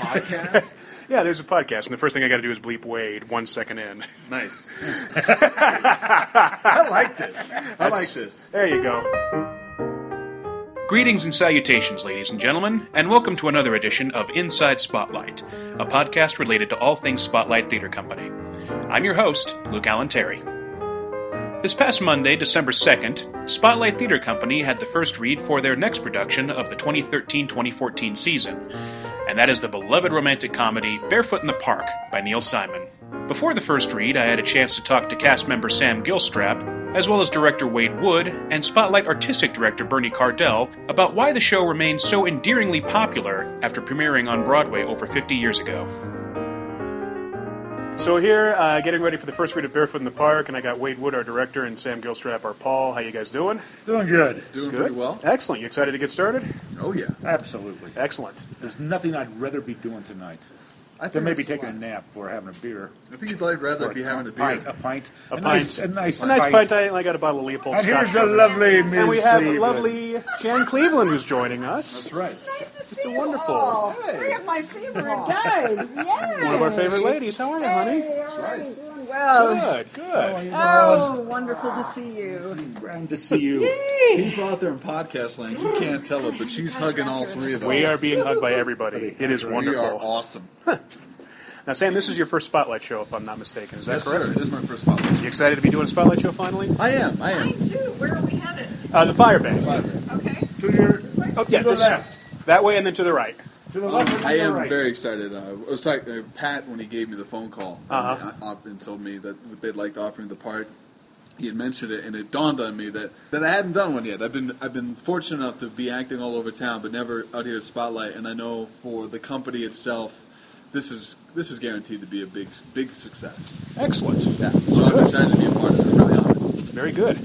podcast? Yeah, there's a podcast, and the first thing I got to do is bleep Wade one second in. nice. I like this. I like this. There you go. Greetings and salutations, ladies and gentlemen, and welcome to another edition of Inside Spotlight, a podcast related to all things Spotlight Theater Company. I'm your host, Luke Allen Terry. This past Monday, December 2nd, Spotlight Theater Company had the first read for their next production of the 2013 2014 season, and that is the beloved romantic comedy Barefoot in the Park by Neil Simon. Before the first read, I had a chance to talk to cast member Sam Gilstrap, as well as director Wade Wood and Spotlight artistic director Bernie Cardell about why the show remains so endearingly popular after premiering on Broadway over 50 years ago. So here, uh, getting ready for the first read of Barefoot in the Park, and I got Wade Wood, our director, and Sam Gilstrap, our Paul. How you guys doing? Doing good. Doing pretty well. Excellent. You excited to get started? Oh yeah. Absolutely. Excellent. There's nothing I'd rather be doing tonight I than maybe it's lot. taking a nap or having a beer. I think you'd rather or be having a beer. pint, A pint. A pint. Nice, a nice, A nice pint, I, I got a bottle of Leopold And Scotch. here's a over there. lovely Miss And we have Cleveland. lovely Jan Cleveland who's joining us. That's right. Nice to Just see a you wonderful- all. Three of my favorite guys. Yeah. One of our favorite ladies. How are you, honey? Doing well. Good, good. Oh, wonderful to see you. Glad to see you. Yay. People out there in podcast land, you can't tell it, but she's hugging all three of us. We are being hugged by everybody. It is We are wonderful. awesome. Now, Sam, this is your first Spotlight show, if I'm not mistaken. Is that Yes, correct? sir. This is my first spot. You excited to be doing a Spotlight show finally? I am. I Mine am. too. Where are we headed? Uh, the fire band. Okay. To your, Oh, yeah, to the this, left. that way and then to the right. To the left. and to I the am right. very excited. Uh, it was like uh, Pat when he gave me the phone call Uh-huh. uh, up and told me that they'd like to offer me the part. He had mentioned it, and it dawned on me that, that I hadn't done one yet. I've been I've been fortunate enough to be acting all over town, but never out here at Spotlight. And I know for the company itself, this is this is guaranteed to be a big big success. Excellent. Yeah, so I'm excited to be a part of it. I'm really honored. Very good.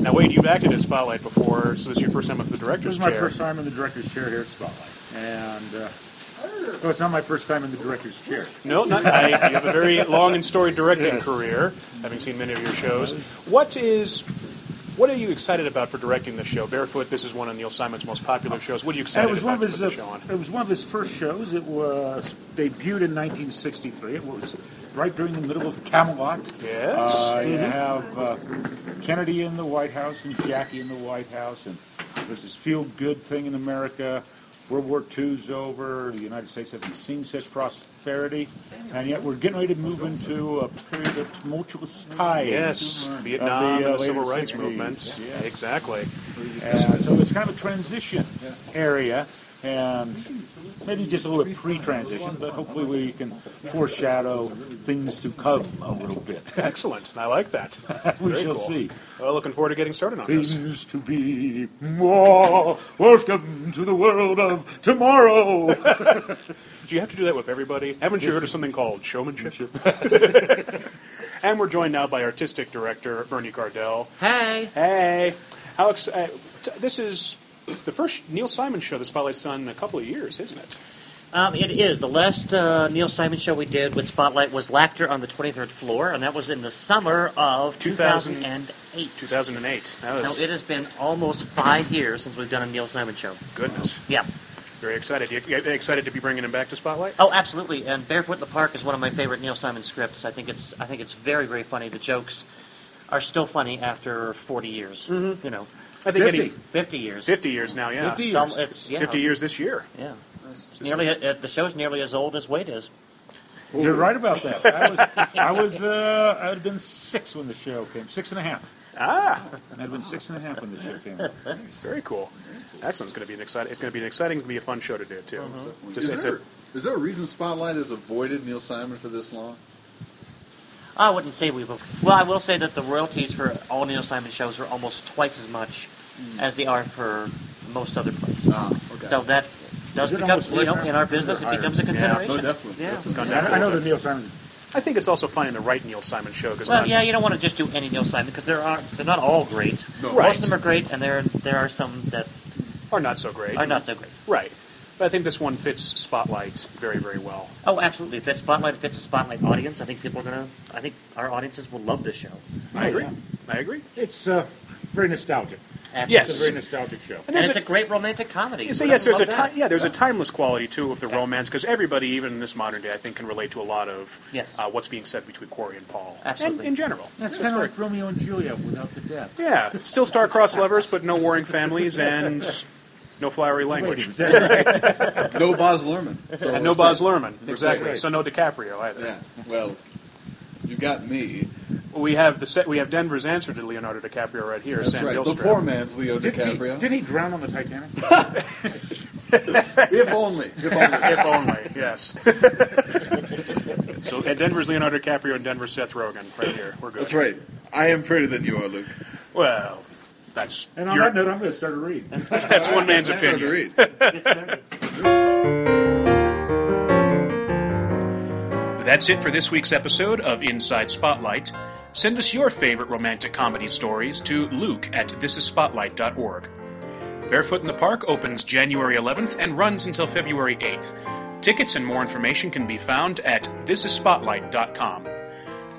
Now, Wade, you've acted in Spotlight before, so this is your first time with the This director's is my chair. first time in the director's chair here at Spotlight, and uh, Ah. so it's not my first time in the director's chair. No, not I. You have a very long and storied directing Yes. career, having seen many of your shows. What is, what are you excited about for directing this show? Barefoot. This is one of Neil Simon's most popular shows. What are you excited it Uh, was one about of to his. put the uh, show on? it was one of his first shows. It was debuted in 1963. It was right during the middle of Camelot. Yes. Uh, you have uh, Kennedy in the White House and Jackie in the White House, and there's this feel-good thing in America. World War II's over. The United States hasn't seen such prosperity, and yet we're getting ready to move into a period of tumultuous times. yes, of Vietnam uh, and the later civil rights 60s. movements. Yes. Exactly. And Uh, so it's kind of a transition area, and maybe just a little bit pre-transition, but hopefully we can foreshadow things to come a little bit. Excellent. I like that. we Very shall cool. see. Well, looking forward to getting started on this. Things to be more. Welcome to the world of tomorrow. Do you have to do that with everybody? Haven't you heard of something called showmanship? and we're joined now by artistic director Bernie Cardell. Hey. Hey, how ex- uh, t- this is the first Neil Simon show the Spotlight's done in a couple of years, isn't it? Um, it is. The last uh, Neil Simon show we did with Spotlight was Laughter on the 23rd Floor, and that was in the summer of 2000. 2008. 2008. That was So it has been almost five years since we've done a Neil Simon show. goodness. Yeah. Very excited. You you excited to be bringing him back to Spotlight? Oh, absolutely. And Barefoot in the Park is one of my favorite Neil Simon scripts. I think it's I think it's very very funny. The jokes are still funny after 40 years. You know, I think 50. any 50 years. 50 years now. Yeah, 50 It's, al- it's yeah. 50 years this year. Yeah. Nearly uh, the show's nearly as old as Wade is. You're right about that. I was, I was, uh, I would have been six when the show came. Six and a half. Ah, I'd have been six and a half when the show came. out. very cool. Excellent. It's going to be an exciting. It's going to be an exciting. It's going to be a fun show to do too. Just- Is it's there, a- is there a reason Spotlight has avoided Neil Simon for this long? I wouldn't say we will. Well, I will say that the royalties for all Neil Simon shows are almost twice as much Mm. as they are for most other places. Ah, okay. So that does Is it become, almost you know, less in our than- business, it higher? becomes a consideration. oh, definitely. Yeah. it's gone down I, I know the Neil Simon. I think it's also finding the right Neil Simon show because Well, yeah, you don't want to just do any Neil Simon because there are they're not all great. No. Most of them are great, and there there are some that are not so great. are not so great. Right. But I think this one fits Spotlight very, very well. Oh, absolutely! If that spotlight, if it's a spotlight audience, I think people are gonna. I think our audiences will love this show. I agree. Oh, yeah. I agree. It's uh, very nostalgic. Absolutely. It's a Yes. very nostalgic show. And it's a great romantic comedy. So Who yes, there's a doesn't love ti- that? yeah, there's a timeless quality too of the romance because everybody, even in this modern day, I think can relate to a lot of Yes. uh, what's being said between Corey and Paul, Absolutely. and in general. That's It's kind of very- like Romeo and Juliet without the death. yeah, still star-crossed lovers, but no warring families and no flowery language. That's right. No Boz Lerman. So And no Baz Luhrmann, exactly. Right. So no DiCaprio either. Yeah. Well, you got me. We have the set. We have Denver's answer to Leonardo DiCaprio right here. That's Sam right. The Gilstrap. poor man's Leo Did he, DiCaprio. did he drown on the Titanic? if only. If only. if only, yes. so at Denver's Leonardo DiCaprio and Denver's Seth Rogen, right here. We're good. That's right. I am prettier than you are, Luke. Well, that's And on your- that note, I'm going to start to read. that's one man's It's hard to opinion. read. That's it for this week's episode of Inside Spotlight. Send us your favorite romantic comedy stories to luke at thisisspotlight.org. Barefoot in the Park opens January 11th and runs until February 8th. Tickets and more information can be found at thisisspotlight.com.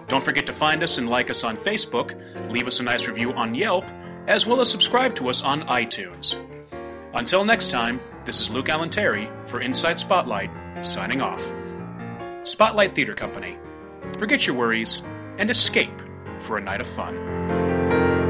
Don't forget to find us and like us on Facebook, leave us a nice review on Yelp, as well as subscribe to us on iTunes. Until next time, this is Luke Allen Terry for Inside Spotlight, signing off. Spotlight Theater Company. Forget your worries and escape for a night of fun.